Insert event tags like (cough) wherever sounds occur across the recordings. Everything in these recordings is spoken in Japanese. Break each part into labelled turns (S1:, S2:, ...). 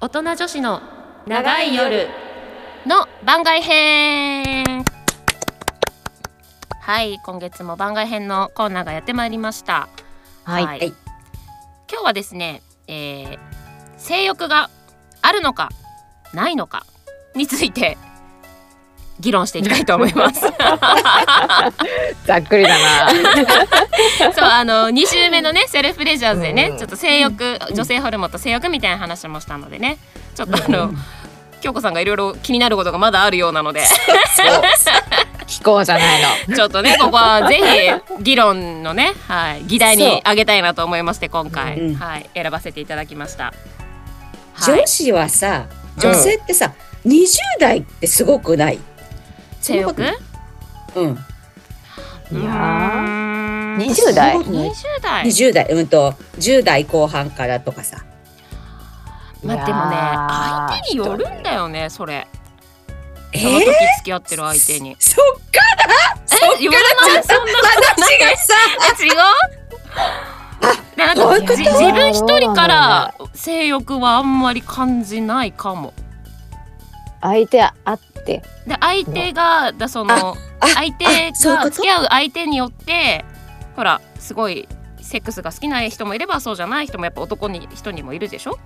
S1: 大人女子の長い夜の番外編はい今月も番外編のコーナーがやってまいりました
S2: はい、
S1: は
S2: はいい、 (laughs)
S1: 今日はですね、えー性欲があるのかないのかについて議論していきたいと思います
S2: (laughs)
S1: そう
S2: ざっくりだな。
S1: あの2週目のねセルフレジャーズでね、
S2: うん
S1: ちょっと性欲女性ホルモンと性欲みたいな話もしたのでねちょっとあの、京子さんがいろいろ気になることがまだあるようなので
S2: そう聞こうじゃないの。
S1: ちょっと
S3: (laughs)
S1: ねここはぜひ議論のね、はい、議題
S2: そう
S1: にあげたいなと思いまして今回、
S3: うん
S1: はい、選ばせていただきました。はい
S3: 女、子はさ
S1: うん
S3: 女性ってさ、20代ってすごくない
S1: 性欲
S3: そんなうん
S1: う
S2: い
S1: ー
S2: や
S1: ん
S2: ー、二十代。
S3: すごくない
S1: 20代
S3: 20代うんと10代後半からとかさ
S1: まあでもね
S2: いやー
S1: 相手によるんだよねそれ
S3: え
S1: その
S3: ー
S1: 時付き合ってる相手に、
S3: そっからそっから
S1: え言わないそんなことない
S3: 話がさ
S1: え違うでなん
S3: どう
S1: か
S3: いうこと
S1: じ自分一人から性欲はあんまり感じないかも
S2: 相手あって。
S1: で相手がだその
S3: あ
S1: 相手
S3: あそういうこ
S1: が
S3: と
S1: 付き合う相手によってほらすごいセックスが好きな人もいればそうじゃない人もやっぱ男に人にもいるでしょ、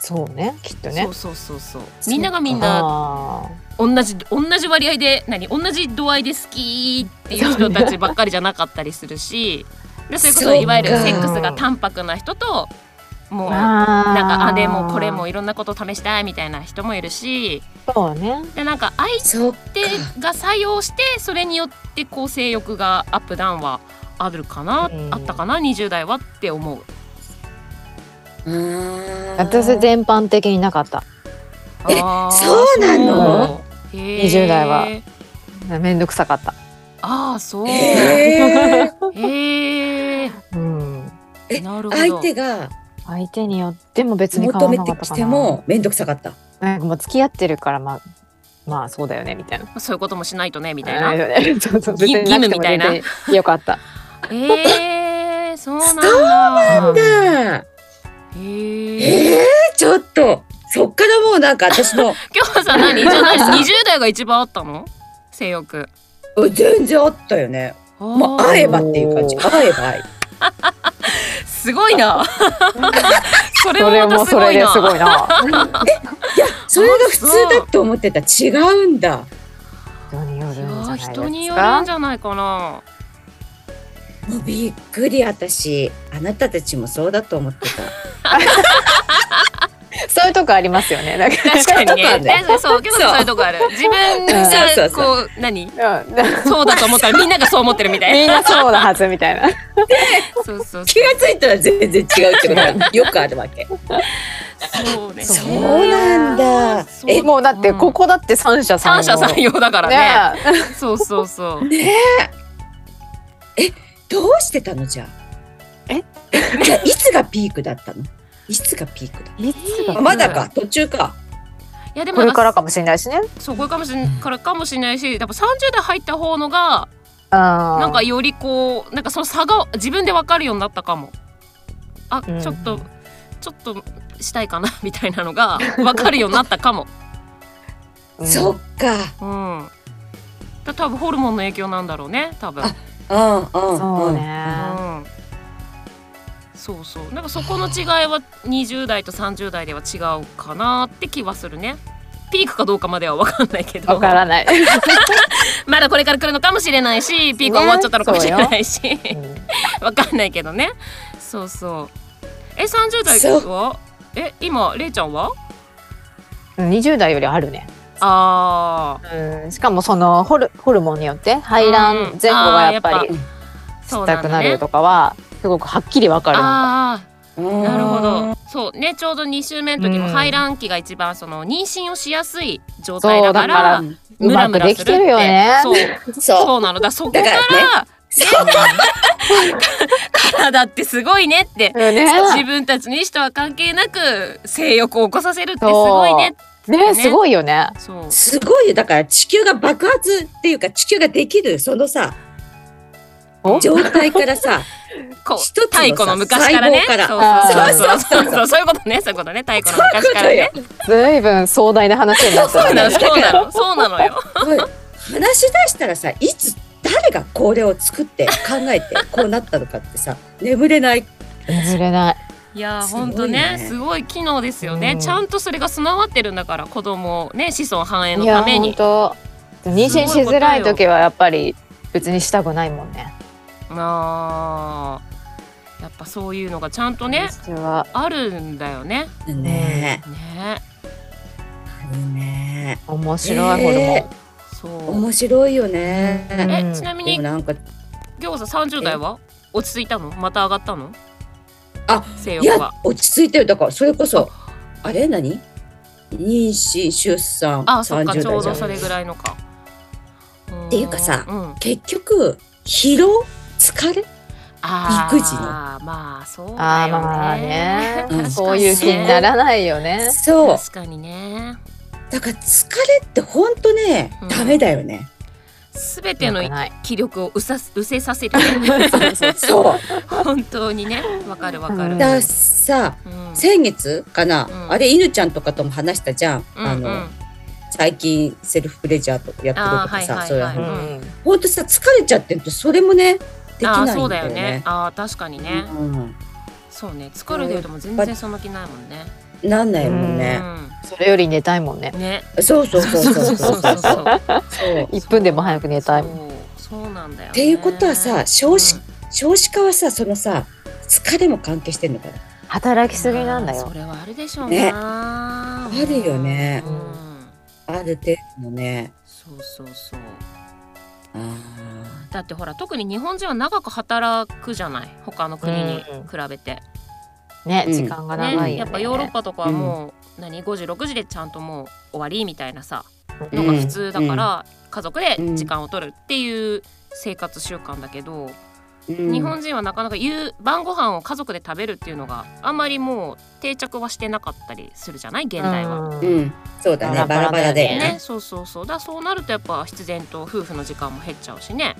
S2: そうね、きっとね
S1: そう。そうそうそう
S3: そう
S1: みんながみんな
S2: あ
S1: 同じ同じ割合で何同じ度合いで好きっていう人たちばっかりじゃなかったりするしでそれこ
S3: そ
S1: そ
S3: うか
S1: いわゆるセックスが淡白な人ともう
S2: ー
S1: なん
S2: あー。
S1: かあれもこれもいろんなこと試したいみたいな人もいるし
S2: そうね。
S1: でなんか相
S3: そっか
S1: 手が作用してそれによってこう性欲がアップダウンはあるかな
S2: うん
S1: あったかな20代はって思う。
S3: うーん
S2: 私全般的になかった。
S3: え
S1: あー
S3: そうな
S2: の
S1: そうへー
S2: 20代はめんどくさかった。
S1: ああそう。
S2: (laughs)
S3: えー
S1: へえ。
S2: うん。
S3: え
S1: なるほど。
S3: 相手が
S2: 相手によっても別に変わ
S3: 求
S2: ら
S3: め
S2: な
S3: て
S2: かった
S3: き
S2: か
S3: て
S2: な。
S3: も面倒くさかった
S2: なんかもう付き合ってるからまあまあそうだよねみたいな。
S1: そういうこともしないとねみ
S2: み
S1: たいな。
S2: (laughs) そうそう
S1: 義
S2: 別
S1: 義務
S2: になくても
S1: みたいな
S2: 全然よかった。
S1: えー、そうなんだ。
S2: なんだ
S3: なあ
S1: えー、
S3: えー、ちょっとそっからもうなんか私の
S1: 今日さん何？じゃあ何？二十代が一番あったの？性欲。
S3: うん全然あったよね
S1: あ
S3: ま
S1: ー
S3: あ会えばっていう感じ
S2: お
S3: 会えば会えば
S1: すごいな。それ
S2: それ
S1: もま
S2: も
S1: たす
S2: そ
S1: ご
S2: れ
S1: い
S2: で
S1: な。
S2: すごいな。
S3: いやそれが普通だと思ってた違うんだ
S2: 人によるんじゃ
S1: い
S2: な
S1: や
S2: いですか。
S1: 人によるんじゃないかな。
S3: もうびっくり私あなたたちもそうだと思ってた
S2: そういうとこありますよね。なんか
S1: (laughs) 確かにね。
S3: そういう
S1: 確かにそう。今
S3: とこあるね
S1: 日さんそういうとこある。自分が
S3: そうそうそ
S1: こう何？
S2: (laughs) うんな
S1: そうだと思ったらみんながそう思ってるみた
S2: み
S1: い
S2: ん
S1: な。
S2: なそうなはずみたいな。
S1: そうそう
S3: 気がついたら全然違うってことがよくあるわけ
S1: そうね。
S2: そう
S3: なんだ
S1: そう
S2: (laughs) えもうだってここだって三者三
S1: 三者三様だからね。
S2: ねえ。
S1: そうそうそう。
S3: どうしてたのじゃあ
S2: え
S3: じゃあいつがピークだったのいつがピークだ
S2: い
S1: つが
S3: あまだか途中か
S1: いやでも
S2: こ
S1: なん
S2: れからかもしれないしね。
S1: そうこれかもしれからかもしれないし、多分三十代入った方のがな
S2: なん
S1: かよりこうなんかその差が自分で分かるようになったかも。あ、
S2: うん
S1: ちょっとちょっとしたいかなみたいなのが分かるようになったかも。
S3: そっ
S2: う
S3: か
S1: うん。だ多分ホルモンの影響なんだろうね。多分。
S3: あうんうん
S2: んそうね。
S1: うん。そうそう。なんかそこの違いは二十代と三十代では違うかなって気はするね。ピークかどうかまでは分かんないけど。
S2: わからない。
S1: まだこれから来るのかもしれないしピークは終わっちゃったのかもしれないし、 (laughs) わかんないけどねそうそうえ30代はえ今れいちゃんは
S2: 二十代よりあるね。
S1: あ
S2: うんしかもそのホルホルモンによって排卵前後がやっぱり
S3: うん
S1: あそ
S2: し
S1: うな
S2: た
S1: ん
S2: く
S1: だ
S2: な
S1: ね
S2: るとかはすごくはっきりわかるのが。
S1: あ
S3: う
S1: あ
S3: ん
S1: なるほどそうねちょうど2週目の時も
S2: うん
S1: 排卵期が一番その妊娠をしやすい状態
S2: そ
S1: だ
S2: う
S1: か
S2: だかららう
S1: ムラ
S2: ま
S1: ム
S2: く
S1: ラ
S2: で
S1: る
S2: すき
S1: って
S2: てるよね。
S1: そう
S3: そう
S1: そうなのだそこか
S3: だ
S1: ら
S3: からそう
S1: 体ってすごいねって
S2: よね。
S1: 自分たちにしとは関係なく性欲を起こさせるってすごいね
S2: ねすごいよね。
S1: そう
S3: すごいよだから地球が爆発っていうか地球ができるそのさ
S2: お
S3: 状態からさ
S1: こ
S3: 一つ
S1: う
S3: のさ
S1: 太古の昔からね
S3: 細胞
S2: から
S1: そうそうそうそうそうそういうことねそういうことね太古の昔からね
S2: ずいぶん壮大な話になった
S1: そうな
S2: ね
S1: のそうなのそうなのよ
S3: これ話し出したらさいつ誰がこれを作って考
S1: (laughs)
S3: えてこうなったのかってさ眠れない
S2: 眠れない
S1: いやー
S3: すごい
S1: ほ
S3: ね
S1: んとねすごい機能ですよね、
S2: うん
S1: ちゃんとそれが備わってるんだから子供をね子孫繁栄の
S2: い
S1: た
S2: や
S1: め
S2: 本
S1: に
S2: 当妊娠しづらい時はやっぱり別にしたくないもんね
S1: あーやっぱそういうのがちゃんとね
S2: 私は
S1: あるんだよね
S3: ね
S1: ね
S3: えあるね
S2: 面白いホルモン、
S3: ね
S1: そう
S3: 面白いよね
S2: うん
S1: えちなみ
S3: で
S1: に
S3: もなんか
S1: 餃子30代は落ち着いたのまた上がったの
S3: あ
S1: 性
S3: い
S1: 欲
S3: や
S1: は
S3: 落ち着いてるだからそれこそあれ何妊娠出産
S1: あそっか
S3: 30
S1: ちょう
S3: 代じ
S1: ど
S3: ゃ
S1: そ
S3: ん
S1: れぐらいのか
S3: ていうかさ
S1: うん、
S3: 結局疲労疲れ
S1: あ
S3: 育児の
S1: あまあそうだよね
S2: ああまあね、
S3: うん
S2: そういう気にならないよね。
S3: そう
S1: 確かにね
S3: だから疲れってほんとね
S1: うん
S3: ダメだよね
S1: すべての
S2: 良くない
S1: 気力をうさうせさせるね
S3: そうだ
S1: 本当にねわかるわかる、
S2: う
S1: うんん
S3: からさ先月かな
S1: うん
S3: あれ犬ちゃんとかとも話したじゃん
S1: うん
S3: あ
S1: うん
S3: の最近セルフプレジャーとかやってるとか
S1: あーはいはいは
S3: さ
S1: い
S3: そうい
S1: う
S3: う
S2: う
S3: 話
S2: んん、
S3: ほんとさ疲れちゃってるとそれもねでき
S1: あ
S3: ない
S1: あ
S3: んだ
S1: そ
S3: よ
S1: うだよね
S3: ね。
S1: ああ確かにね、
S3: うん
S1: そうね疲れてるとも全然そんな気ないもんね
S3: なんないもんね。
S2: それより寝たいもんね
S1: う。んね
S3: そうそうそうそうそうそうそう
S1: (laughs) そう
S3: そう。
S2: 一分でも早く寝たいもん。
S1: そうそうなんだよね
S3: っていうことはさ少
S1: う
S3: 子
S1: ん
S3: 少子化はさそのさ疲れも関係してんのかな
S2: 働きすぎなんだ
S1: まあ
S2: よ
S1: そ。れはあるでしょう
S3: ね
S1: な、
S3: あるよね
S1: うん、
S3: ある程度のね
S1: そうそうそう
S3: あ
S1: だってほら特に日本人は長く働くじゃない他の国に比べて、
S2: ね、
S3: うん
S2: 時間が長
S1: ね、
S2: いよね。
S1: やっぱヨーロッパとかはもう、何5時6時でちゃんともう終わりみたいなさ
S3: う
S1: の
S3: ん
S1: が普通だから、家族で時間を取るっていう生活習慣だけど、
S3: ーうん
S1: 日本人はなかなか夕晩ご飯を家族で食べるっていうのがあんまりもう定着はしてなかったりするじゃない現代は。
S2: うん
S3: うんそうだね
S2: バ
S3: バ
S2: ラ
S3: ラ
S2: バ
S3: バ
S2: ラ
S3: ラ
S2: だ
S3: だ
S2: よ
S3: よ
S1: ね
S3: ね、
S1: そうそうそうだからそうなるとやっぱ必然と夫婦の時間も減っちゃうしね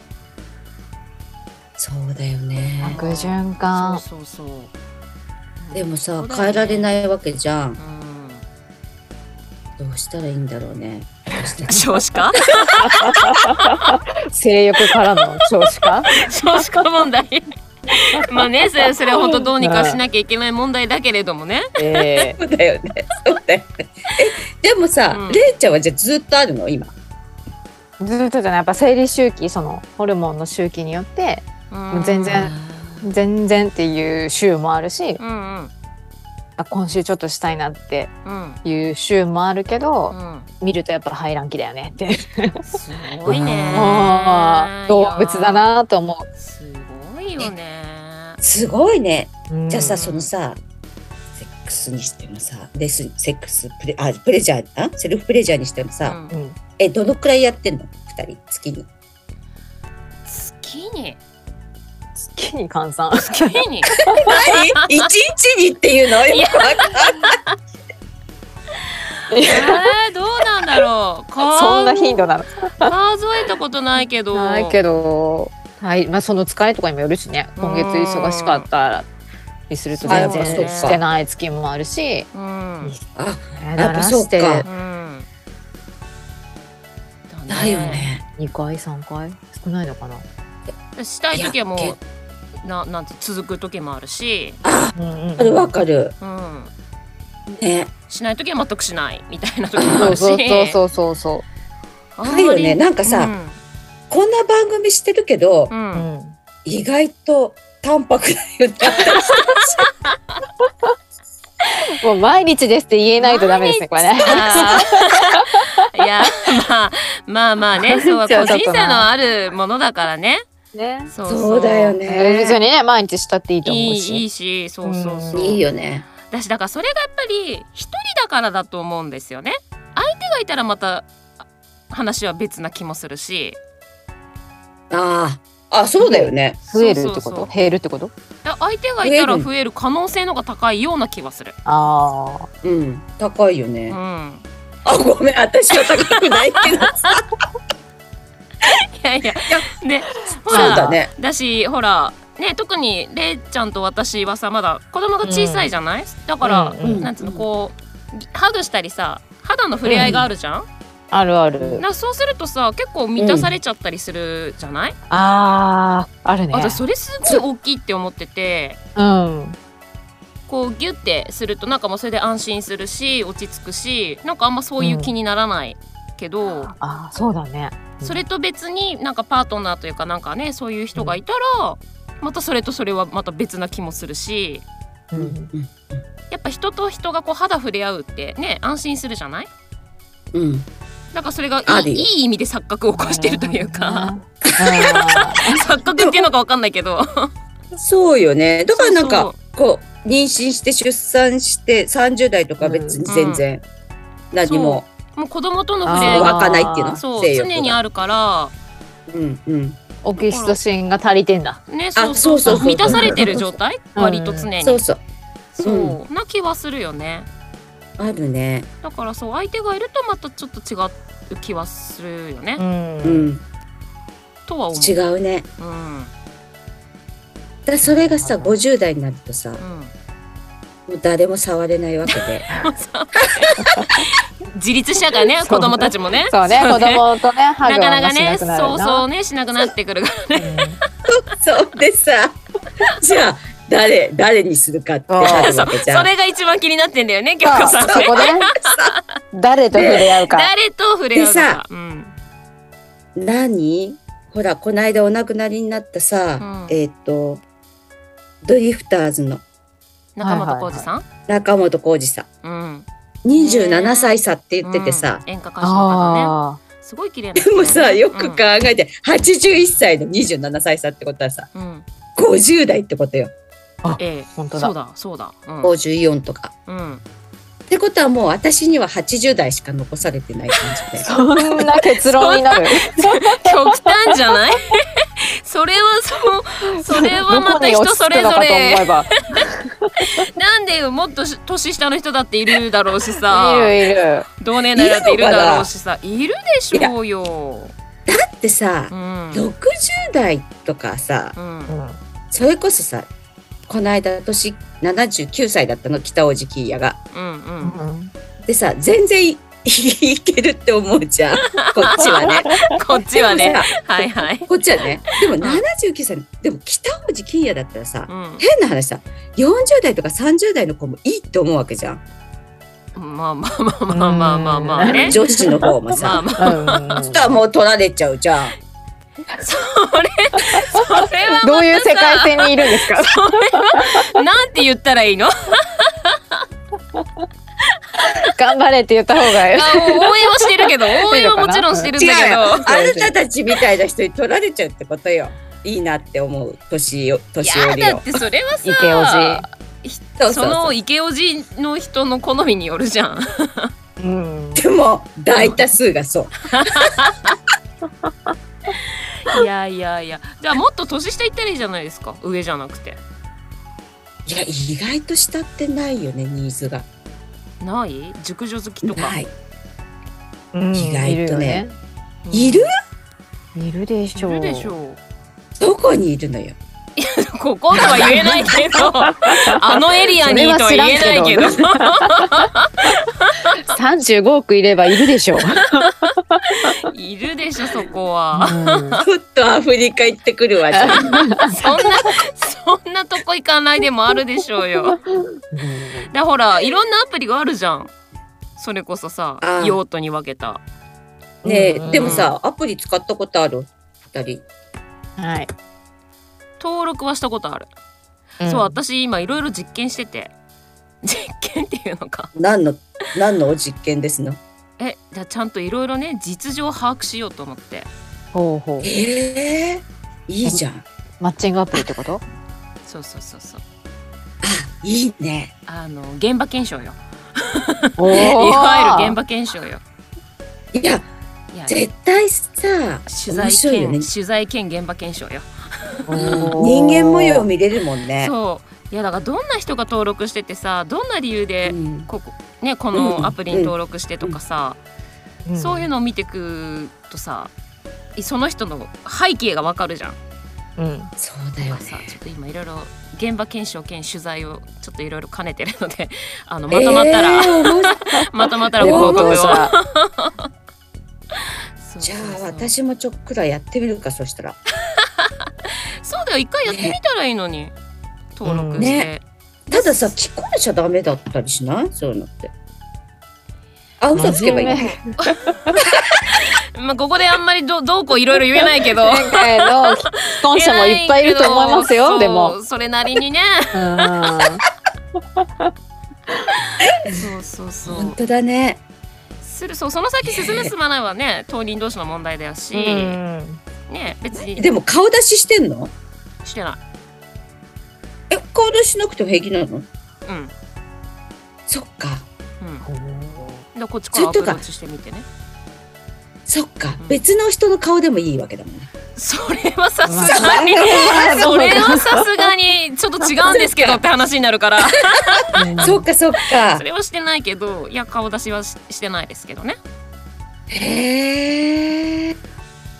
S3: そうだよね
S2: 悪循環。
S1: そうそうそううん
S3: でもさ
S1: そうだよね
S3: 変えられないわけじゃん
S1: うん
S3: どうしたらいいんだろ
S1: (laughs)
S3: うねどうしたら
S1: 少子化
S2: 性欲からの少
S1: (laughs)
S2: 子化。
S1: 少子化問題 (laughs) まあねそれそれは本当どうにかしなきゃいけない問題だけれどもね
S2: ええ
S3: そうだよねそうだよねえでもさ、
S1: うん
S3: れいちゃんはじゃあずっとあるの今
S2: ずっとじゃない、やっぱ生理周期、そのホルモンの周期によって、
S1: うん
S2: 全然全然っていう週もあるし、
S1: うんうん
S2: あ今週ちょっとしたいなって
S1: うん
S2: いう週もあるけど、
S1: う
S2: 見るとやっぱ排卵期だよねって。
S1: んすごいね
S2: あ (laughs) ー動物だなと思
S1: いやすごいよね
S3: すごいね
S2: う。
S3: じゃあ
S1: う
S3: さ
S1: ん
S3: そのさセックスにしてもさレスセックスプレあプレジャーあセルフプレジャーにしても
S1: う
S3: さ、
S1: ん
S2: うん、
S3: えどのくらいやってんの二人
S1: (laughs)
S3: 月に
S1: 月に
S2: 月に換算。
S1: 月に
S3: 何一日にっていうの
S1: いや
S3: よくわかんない
S1: えー、どうなんだろうか
S2: (laughs) そんな頻度なの。
S1: 数えたことないけど
S2: ないけど、はい、まあその疲れとかにもよるしね。今月忙しかったりすると全
S1: そう
S2: 然
S1: か
S2: してない月もあるし、
S1: うん
S3: あ
S2: だ
S3: やっ
S2: ら
S3: ぱそう
S2: し
S3: か
S2: て
S1: うんだ
S3: だよね
S2: 二回三回少ないのかな。
S1: したい時はも
S3: いやけ
S1: うななんて続く時もあるし、
S2: うんうん
S3: あれわかる
S1: うん、
S3: ね
S1: しない時は全くしないみたいな時もあ
S2: そう
S1: るし
S2: そうそうそうそう
S1: あ
S2: そ
S1: んま
S3: な
S1: り
S3: いよねなんかさ、こんな番組してるけど、
S1: うん
S2: う。
S1: うん
S2: うん。
S3: 意外と淡白だよね
S2: もう毎日ですって言えないとダメですね。これね。
S1: あ
S2: (laughs)
S1: ーいやまあまあまあねそう個
S2: じゃあちょっ
S1: 人
S2: とな
S1: 差のあるものだからね
S2: ね。
S1: そうそう
S3: そうだよ
S2: 別に
S3: ね
S2: ね毎日したっていいと思
S1: いういい
S2: し。
S1: いしそうそうそう、
S2: うん
S3: (laughs) いいよね
S1: 私だからそれがやっぱり一人だからだと思うんですよね相手がいたらまたあ話は別な気もするし
S3: あーあそうだよね
S2: 増えるってこ
S1: そうそうそう
S2: と？減るってこと？
S1: あ相手がいたら増える可能性の方が高いような気はする。
S2: ああ。
S3: うん高いよね、
S1: うん、
S3: (laughs) あごめん私は高くないけどさ
S1: やいやねほ
S3: そうだ
S1: ら
S3: ね。
S1: だしほらね特にれいちゃんと私はさまだ子供が小さいじゃない、だから、
S2: うんうん
S1: なんつうのこうハグしたりさ肌の触れ合いがあるじゃん、
S2: あるある。
S1: なそうするとさ結構満たされちゃったりするじゃない、
S2: ああ、あるね。
S1: あとそれすごい大きいって思ってて
S2: うん。
S1: こうギュッてするとなんかもうそれで安心するし落ち着くしなんかあんまそういう気にならないけど、
S2: ああ、そうだね。
S1: それと別になんかパートナーというかなんかねそういう人がいたらまたそれとそれはまた別な気もするし
S2: う。
S3: うんん
S1: やっぱ人と人がこう肌触れ合うってね安心するじゃない
S3: うん。
S1: だからそれがい
S3: あ
S1: い
S3: り
S1: いい意味で錯覚を起こしてるというか
S2: あ
S1: (laughs) 錯覚っていうのかわかんないけど
S3: そうよね。だからなん
S1: そう
S3: かこう妊娠して出産して30代とか別に全然何も
S1: もう子供との触れ合い
S2: あ
S1: が
S3: 湧かないっていうの。
S1: そう
S3: 性
S1: 常
S3: 欲が
S1: にあるから
S3: うんうん。
S2: ーオキシトシンが足りてんだ。
S1: ねそうそう
S3: そうそうそう
S1: 満たされてる状態
S2: うん
S1: 割と常に
S3: そうそう
S1: そうな気はするよね
S3: あるね。
S1: だからそう相手がいるとまたちょっと違う気はするよね、
S2: ん
S3: う。ん。
S1: とは思
S3: 違うね。
S1: う、うん
S3: だからそれがさ50代になるとさ
S1: うん、
S3: もう誰も触れないわけで。
S1: 自立したからね
S2: そう
S1: 子供たちもね
S2: そうね、子供とね、ハ
S1: な
S2: グ
S1: かな
S2: は
S1: か
S2: し
S1: ね
S2: なくなるな。
S1: そうそうねしなくなってくるから
S2: うん。
S3: そう
S1: (laughs)
S3: でさじゃあ誰誰にするかってなるわけじゃ
S1: そ
S3: ん。
S1: れが一番気になってんだよね京
S2: そ
S1: 子
S2: う
S1: さん
S2: そ
S1: ね
S2: こでね、誰と触れ合うか。
S1: 誰と触れ合うの
S3: で
S1: か
S3: さ、
S1: うん、
S3: 何ほらこの間お亡くなりになったさ、
S1: うん
S3: えっ、とドリフターズの
S1: 中本浩二さん、
S3: 中本浩二さん
S1: うん
S3: 27歳差って言っててさ、
S1: うん演歌歌手の方ね
S2: あ
S1: すごい綺麗な人
S3: で
S1: ね
S3: もさよく考えて、81歳の27歳差ってことはさ
S1: うん、うん
S3: 50代ってことよ
S1: ええ
S2: あ、本当
S1: そう
S2: だ。
S1: だそうだうん
S3: 54とか。
S1: うん
S3: ってことはもう私には80代しか残されてない感
S1: (laughs)
S3: じで。
S2: そんな結論になる。
S1: 極端じゃない (laughs) それはそうそれはまた人それぞれ
S2: どこに落ち着くのかと
S1: なんでよもっとし年下の人だっているだろうしさ
S2: 思えば。いるいる。
S1: 同年代だっているだろうしさいるでしょうよ。
S3: でさ
S1: う、んうん
S3: 60代とかさ
S2: うん
S3: それこそさこの間年79歳だったの北大路キーヤが。
S1: うんう
S2: うん
S1: ん
S3: でさ全然い (laughs) いけるって思う
S1: (laughs)
S3: じゃんこっちはね。
S1: こっちはね
S3: でも
S1: はいはい。
S3: さこっちはね。でも79歳でも北大路キーヤだったらさ、
S1: う
S3: 変な話さ40代とか30代の子もいいって思うわけじゃん
S1: ん、まあまあまあまあまあまあまあね。
S3: 女子の方も
S1: (laughs) まあ
S3: さ。
S1: まあ
S2: うん
S3: そしたらもう取られちゃうじゃん。
S1: それは
S2: どういう世界線にいる
S1: (laughs)
S2: んですか。
S1: なんて言ったらいいの？あ
S2: 頑張れって言った方がいい。
S1: 応援はしてるけど応援はもちろんしてるん
S3: 違う
S1: だけ
S3: よ
S1: ど。
S3: あなたたちみたいな人に取られちゃうってことよ。いいなって思う年よ
S1: い
S3: 年寄
S1: や
S3: り
S1: だ
S3: を
S1: っ。てそれはさ
S2: イケオ
S3: そう
S1: そ
S3: そうそ
S1: の
S3: う
S1: イケオジの人の好みによるじゃん。
S2: ジ。うん。
S3: でも大多数がそう。
S1: いやいやいや。じゃあもっと年下行ったらいいじゃないですか。上じゃなくて。
S3: いや意外と慕ってないよねニーズが。
S1: ない？熟女好きとか。
S3: ない。
S2: 意
S3: 意外とね。いる？
S2: いるでし
S1: い
S2: ょう。
S1: るでしょう。
S3: どこにいるのよ。
S1: ここでは言えないけ
S3: (laughs)
S1: どあのエリアにとは言えないけど
S2: そ三十五億いればいる
S1: (laughs)
S2: でしょう。
S1: いるでしょそこは
S3: ちょっとアフリカ行ってくるわじゃ
S1: (laughs)
S3: ん。
S1: そんなそんなとこ行かないでもあるでしょうよだほらいろんなアプリがあるじゃんそれこそさ
S3: あ
S1: 用途に分けた
S3: ねえ
S2: うん
S3: でもさアプリ使ったことある二人。
S2: はい。
S1: 登録はしたことある、そう私今いろいろ実験してて実験っていうのか
S3: 何の何の実験ですの。
S1: えじゃあちゃんといろいろね実情を把握しようと思って
S2: ほうほう。
S3: ええいいじゃん。
S2: マッチングアプリってこと？
S1: そうそうそうそう
S3: いいね。
S1: あの現場検証よ (laughs)
S2: お
S1: い
S2: ー
S1: わゆる現場検証よ
S3: いや
S1: いや
S3: 絶対さ
S1: 取材
S3: 面白いよ
S1: 兼、
S3: ね。
S1: 取材兼現場検証よ。
S2: おー
S3: 人間模様見れるもんね。
S1: そういやだからどんな人が登録しててさどんな理由で
S3: うん
S1: ここ,、ね、こ
S3: うん
S1: のアプリに登録してとかさ、
S2: うん
S1: そういうのを見てくとさその人の背景がわかるじゃん。
S2: うん、
S3: そうだよ
S1: なんか
S3: ね
S1: さちょっと今いろいろ現場検証兼取材をちょっといろいろ兼ねてるので (laughs) あのまとまったら、 (laughs)
S3: えー面白い
S1: まとまったら
S2: レポ
S1: 報
S2: ー
S1: 告
S2: ト
S1: を。
S2: をさ
S1: そう
S3: じゃ
S1: そう
S3: あ
S1: そう
S3: 私もちょっくらいやってみるかそしたら
S1: そうだよ一回やってみたらいいのに登録して、
S3: ねたださ聞こえちゃダメだったりしないそういうのってあ嘘つけばいい
S2: 真面
S1: まあここであんまりどどうこういろいろ言えないけ
S2: (laughs)
S1: ど。
S2: 前回の既婚者もいっぱいいると思います
S1: そ
S2: よ
S1: う
S2: でも。
S1: それなり
S2: (laughs)
S1: にね
S2: うん
S1: そうそうそ
S3: 本
S1: う
S3: 当だね
S1: するそうその先進む進まないはね当人同士の問題だし、
S2: うん
S1: ね別に
S3: でも顔出ししてんの
S1: してない
S3: え顔出ししなくても平気なの
S1: うん
S3: そっか
S1: うんでこっちからアプローチしてみてね
S3: そっか、
S1: うん
S3: 別の人の顔でもいいわけだもんね
S1: それはさすがにそれはさすがにちょっと違うんですけどって話になるから (laughs)
S3: そっかそっか
S1: それはしてないけどいや顔出しはししてないですけどね
S3: へえ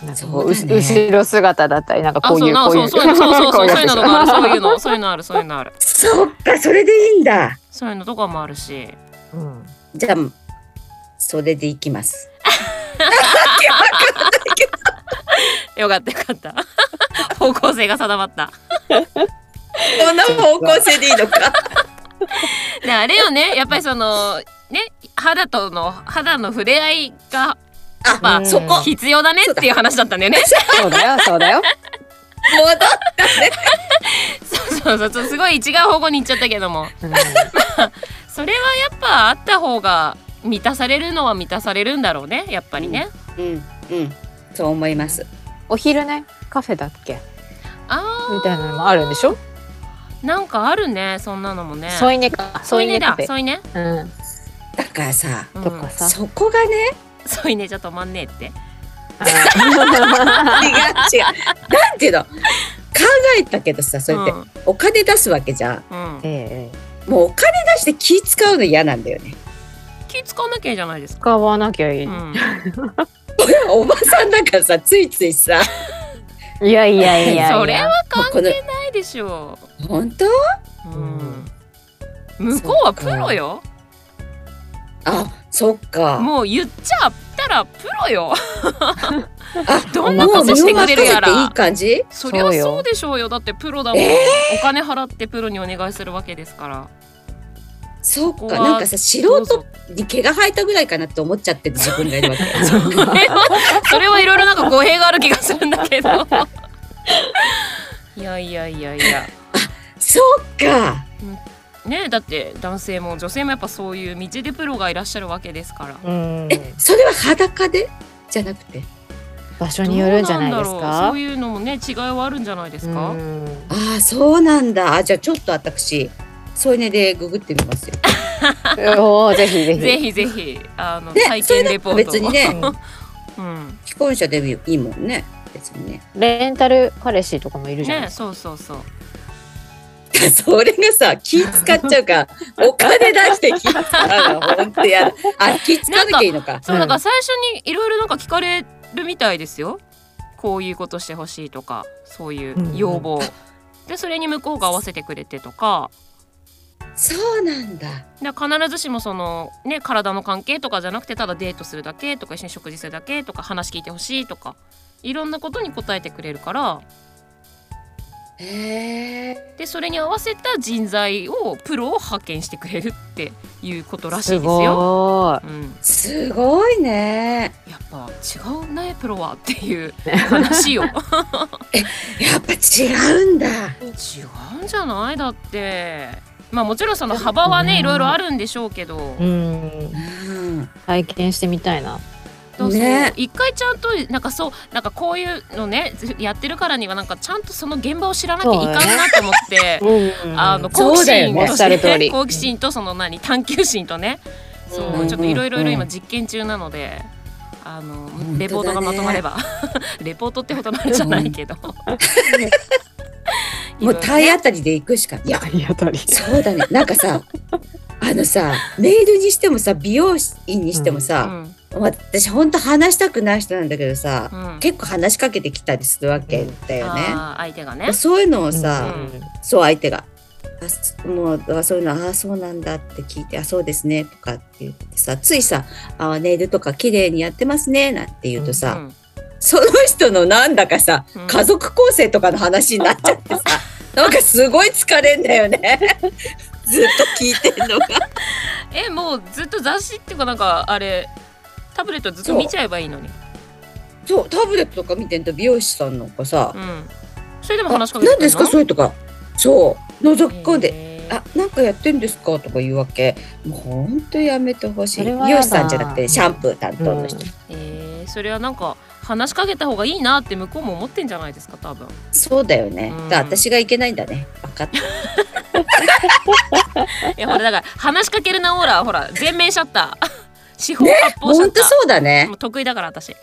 S2: なんか
S3: そ
S2: こ
S3: う
S2: うう
S3: だ
S2: す
S3: ね
S2: 後ろ姿だったりなんか
S1: あ
S2: こう
S1: そ
S2: いうう
S1: な
S2: (laughs) こう
S1: そ
S2: いうう
S1: そうそうそうそうそういうのとかあるそういう
S2: の。
S1: のそういうのあるそういうのある
S3: そっかそれでいいんだ
S1: そういうのとかもあるし
S2: うん
S3: じゃあそれでいきます
S1: よかったよかった (laughs) 方向性が定まった
S3: こんな方向性でいいのか
S1: であれよねやっぱりそのね肌との肌の触れ合いがやっぱ
S2: うんそこ
S1: 必要だねっていう話だったんだよね。
S2: (laughs) そうだよそうだよ。
S3: 戻ったね
S1: そうそうそうすごい違う方向に行っちゃったけども
S2: うん
S1: それはやっぱあった方が満たされるのは満たされるんだろうねやっぱりね。
S3: うんうんそう思います
S2: お昼ねカフェだっけ
S1: あ
S2: みたいなのもあるんでしょ。
S1: ーなんかあるねそんなのもね。
S2: 添い寝か
S1: 添
S2: 添
S1: い
S2: い
S1: 寝
S2: 寝カ
S1: だ
S2: フェ。
S1: 添い寝。
S2: うん
S3: だからさ
S1: うん
S2: とかさ。
S3: そこがね
S1: 添い寝じゃ止まんねえって。
S3: (laughs) 違う違う。なんていうの考えたけどさそれって、
S1: うん
S3: お金出すわけじゃん
S1: うん
S2: ええええ
S3: もうお金出して気使うの嫌なんだよね。 (laughs)
S1: 気使わなきゃいいじゃないですか。
S2: 使わなきゃいい。
S1: うん、
S3: これはおばさんだからさついついさ
S2: いやいやいやいや。
S1: それは関係
S3: もう
S1: ないでしょ
S3: この本当
S1: う。う
S2: うん
S1: ん向こうはプロよ。
S3: あそっか。
S1: もう言っちゃったらプロよ。
S3: あ
S1: どん
S2: なこと
S3: もう
S2: してく
S1: れるやら
S3: 身を任せていい感じ
S1: そりゃ
S2: そうよ
S1: そうでしょうよだってプロだもん、
S3: え
S1: お金払ってプロにお願いするわけですから
S3: そっ
S1: ここ
S3: か
S1: は
S3: なんかさ素
S1: どう
S3: 人
S1: ぞ (laughs)
S3: に毛が生えたぐらいかなって思っちゃってる自分がいるわけ。
S1: それはそれはいろいろなんか語弊がある気がするんだけどいやいやいやいや
S3: そっか
S1: ねえだって男性も女性もやっぱそういう道でプロがいらっしゃるわけですから
S2: うん
S3: えそれは裸でじゃなくて
S2: 場所によるんじゃないです
S1: どうなんだろう
S2: か
S1: そう。いうのもね違いはあるんじゃないですか、
S2: うん
S3: ああそうなんだあじゃあちょっと私添い寝でググってみますよ。
S2: おーぜひぜひ。
S1: ぜひぜひあの、
S3: ね
S1: 体
S3: そ
S1: 験
S3: れだ
S1: レ
S3: った
S1: ポー
S3: ら
S1: ト
S3: 別にね
S2: うん
S1: うん、
S3: 既婚者でもいいもんね別にね (laughs)
S2: レンタル彼氏とかもいるじゃない
S1: ね
S2: です
S1: そうそうそう
S3: それがさ気使っちゃうからお金出して気使うのほんとやだあ気使わなきゃいいのか
S1: そう
S2: うん
S1: だから最初にいろいろなんか聞かれるみたいですよこういうことしてほしいとかそういう要望、でそれに向こうが合わせてくれてとか
S3: そうなんだ
S1: で必ずしもそのね体の関係とかじゃなくてただデートするだけとか一緒に食事するだけとか話聞いてほしいとかいろんなことに答えてくれるから
S3: へえ
S1: でそれに合わせた人材をプロを派遣してくれるっていうこと
S2: か。
S1: らしい
S2: す
S1: ですよ。
S2: ご
S1: うん、
S3: すごいね
S1: やっぱ違うねプロはっていう話を。
S3: やっぱ違うんだ
S1: 違うんじゃないだってまあもちろんその幅はね
S2: うん
S1: いろいろあるんでしょうけど、
S2: い。うん
S3: うん
S2: 体験してみたいな。
S1: どうぞ
S3: ね
S1: 一回ちゃんとなんかそうなんかこういうのねやってるからにはなんかちゃんとその現場を知らなきゃいかんなと思って、あの好
S3: そ
S1: 奇
S3: うだよ
S1: 心
S3: ね
S1: として
S2: おっしゃる通
S1: ね
S2: り
S1: 好奇心
S2: (laughs)
S1: とその何探求心とねそう、
S2: うん
S1: ちょっといろいろいろ
S2: う
S1: 今
S2: ん
S1: 実験中なので。あの
S3: 当だね
S1: レポートがまとまれば、レポートってほどなんじゃないけど、
S3: も
S1: (laughs)
S3: う体当たりで行くしかいや
S2: り当たり。
S3: そうだねなんかさあのさメールにしてもさ美容院にしても
S1: う
S3: さ、
S1: ん
S3: 私本当話したくない人なんだけどさ、
S1: うん
S3: 結構話しかけてきたりするわけだよね。
S1: あー相手がね。
S3: そういうのを
S1: うん
S3: さ、そう相手が。あすもうだからそういうのああそうなんだって聞いてあそうですねとかって言ってさついさあネイルとか綺麗にやってますねなんて言うとさ、
S1: うん
S3: その人のなんだかさ、
S1: うん
S3: 家族構成とかの話になっち
S1: (laughs)
S3: ゃってさなんかすごい疲れんだよねずっと聞いてんのが
S1: えもうずっと雑誌っていうかなんかあれタブレットずっと見ちゃえばいいのに。
S3: そうタブレットとか見てると美容師さんなんかさ
S1: うん。それで
S3: 「
S1: も
S3: 何
S1: 話しかけてくるの。
S3: ですかそういう」とかそう覗き込んで
S1: へー
S3: あ、なんかやってんですかとか言うわけ。もう本当やめてほしい。
S2: それはや
S3: 美容
S2: だ
S3: 師さんじゃなくてシャンプー担当
S2: うん
S3: の人。
S1: えー、それはなんか話しかけた方がいいなって向こうも思ってんじゃないですか多分。
S3: そうだよね。
S1: うん
S3: だから私がいけないんだね。分かった。
S1: いやほらだから話しかけるなオーラほら全面シャッター。四方八方シャ
S3: 本
S1: ッタ
S3: 当
S1: ー。
S3: そうだね
S1: も。う得意だから私。
S3: だよ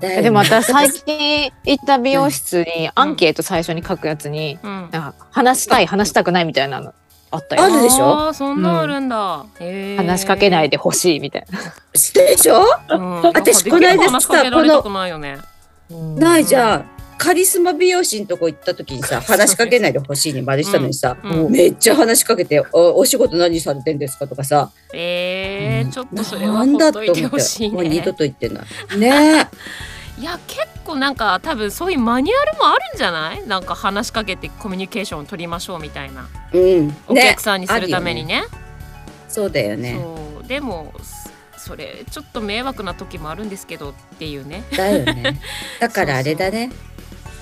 S2: え
S3: ね
S2: でも私最近行った美容室にアンケート最初に書くやつに、
S1: うん。
S2: なんか話したい話したくないみたいなのあった
S3: あ
S2: よ。
S3: るでしょ
S1: あーそんなあるんだ。へー
S2: 話しかけない。でほしいみたい
S3: でしょ
S1: うん、
S3: (laughs) 私この間
S1: 話しかけられたくないよね。
S2: な。
S3: ないじゃん。カリスマ美容師のとこ行った時にさ、話しかけないでほしいに丸したのにさ、
S1: うん
S3: めっちゃ話しかけて、おお仕事何されてんですかとかさ、
S1: えー、ちょっとそれは
S3: な
S1: ほ
S3: んだ
S1: っと
S3: と思
S1: い
S3: って
S1: てほしい
S3: もう二
S1: ね
S3: 度。と言っ
S1: (laughs)
S3: てない。ね
S1: いや結構なんか多分そういうマニュアルもあるんじゃないなんか話しかけてコミュニケーションを取りましょうみたいな
S3: え。うん。
S1: お
S3: ね
S1: 客。さんにするためにね
S3: そうだよね。
S1: そうでもそそれちょっと迷惑な時もあるんですけどっていう
S3: (laughs)
S1: ね
S3: だよ
S1: (laughs)
S3: ね。だからあれだね。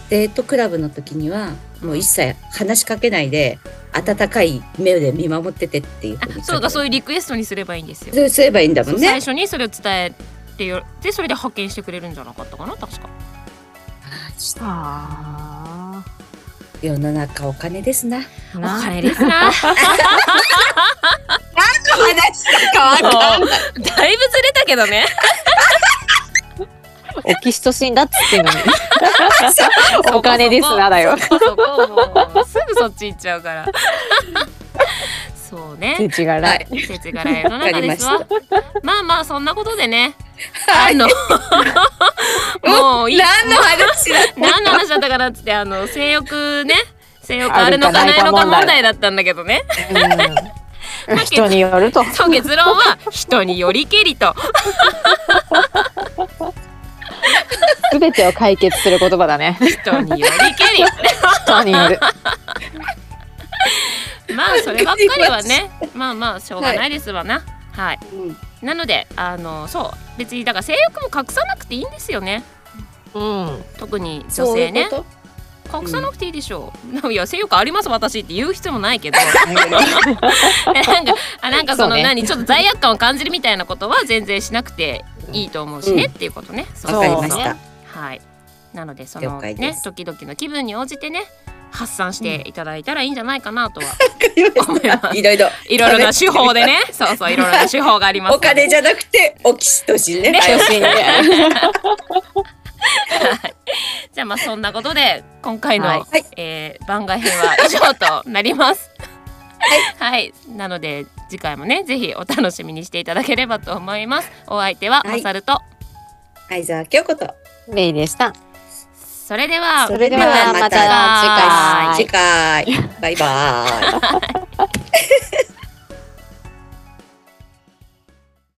S3: デートクラブの時にはもう一切話しかけないで温かい目で見守っててっていうふに
S1: そうかそういううリクエストにすればいいんですよ、
S3: そうすればいいんだも
S1: そ
S3: ん
S1: う最
S3: ね。
S1: 初にそれを伝えてよでそれで派遣してくれるんじゃなかったかな確か
S2: あー
S3: 世の中お金ですな。
S1: お
S2: な
S1: 金です
S3: (laughs)
S1: な
S3: 話が
S1: 変わだいぶずれたけどね
S2: オキシトシンだっつってんのに
S3: (laughs)
S2: お金ですなだよ
S1: そこそこもうすぐそっち行っちゃう
S3: (laughs)
S1: からそうね
S2: 違がらい。
S1: 季節柄世の中ですわ
S3: わか
S1: まあまあそんなことでね
S3: は
S1: あ
S3: い。 (laughs)
S1: のもういい
S3: 何の話だ。
S1: 何の話だったかなっつってあの性欲ね性欲あ
S2: あ
S1: る
S2: る
S1: の
S2: か
S1: か
S2: ない
S1: ない
S2: か
S1: のか
S2: 問題
S1: 問題だったんだけどね
S2: うん人によると。
S1: そう結論は人によりけりと
S2: すべてを解決する言葉だね。
S1: 人によりけり
S3: (laughs)
S2: 人による。
S1: まあそればっかりはねまあまあしょうがないですわなはい、
S3: うん
S1: なのであのそう別にだから性欲も隠さなくていいんですよね
S2: うん。
S1: 特に女
S3: そうい
S1: 性
S3: う
S1: ね
S3: こと。
S1: 隠さなくていいでしょ (laughs) う、いや性欲あります私って言う必要もない
S3: (laughs)
S1: けど (laughs) なんかあなんかその
S2: そうね
S1: 何ちょっと罪悪感を感じるみたいなことは全然しなくていいと思うしね、っていうことねそう
S3: わかりました。
S1: はい。なのでその
S3: 了解
S1: ね
S3: です
S1: 時々の気分に応じてね発散していただいたらいいんじゃないかなとは、
S3: わかりましたいろいろ。
S1: いろいろな手法で
S3: (laughs)
S1: ねそうそういろいろな手法があります
S3: お金じ
S1: ゃ
S3: ゃなくてオキシトシンね。
S1: ね
S3: はい
S2: 調子いいね。
S1: じゃあまあそんなことで今回の、
S2: はい
S3: はい
S1: えー番外編は以上となります。はい、なので次回もねぜひお楽しみにしていただければと思います。お相手は
S3: はい
S1: マサルと、
S3: 相沢京子と。
S2: レイでした。
S1: それでは
S3: それではまた
S1: 次回
S2: はい
S1: (laughs)
S3: 次回。バイバイ。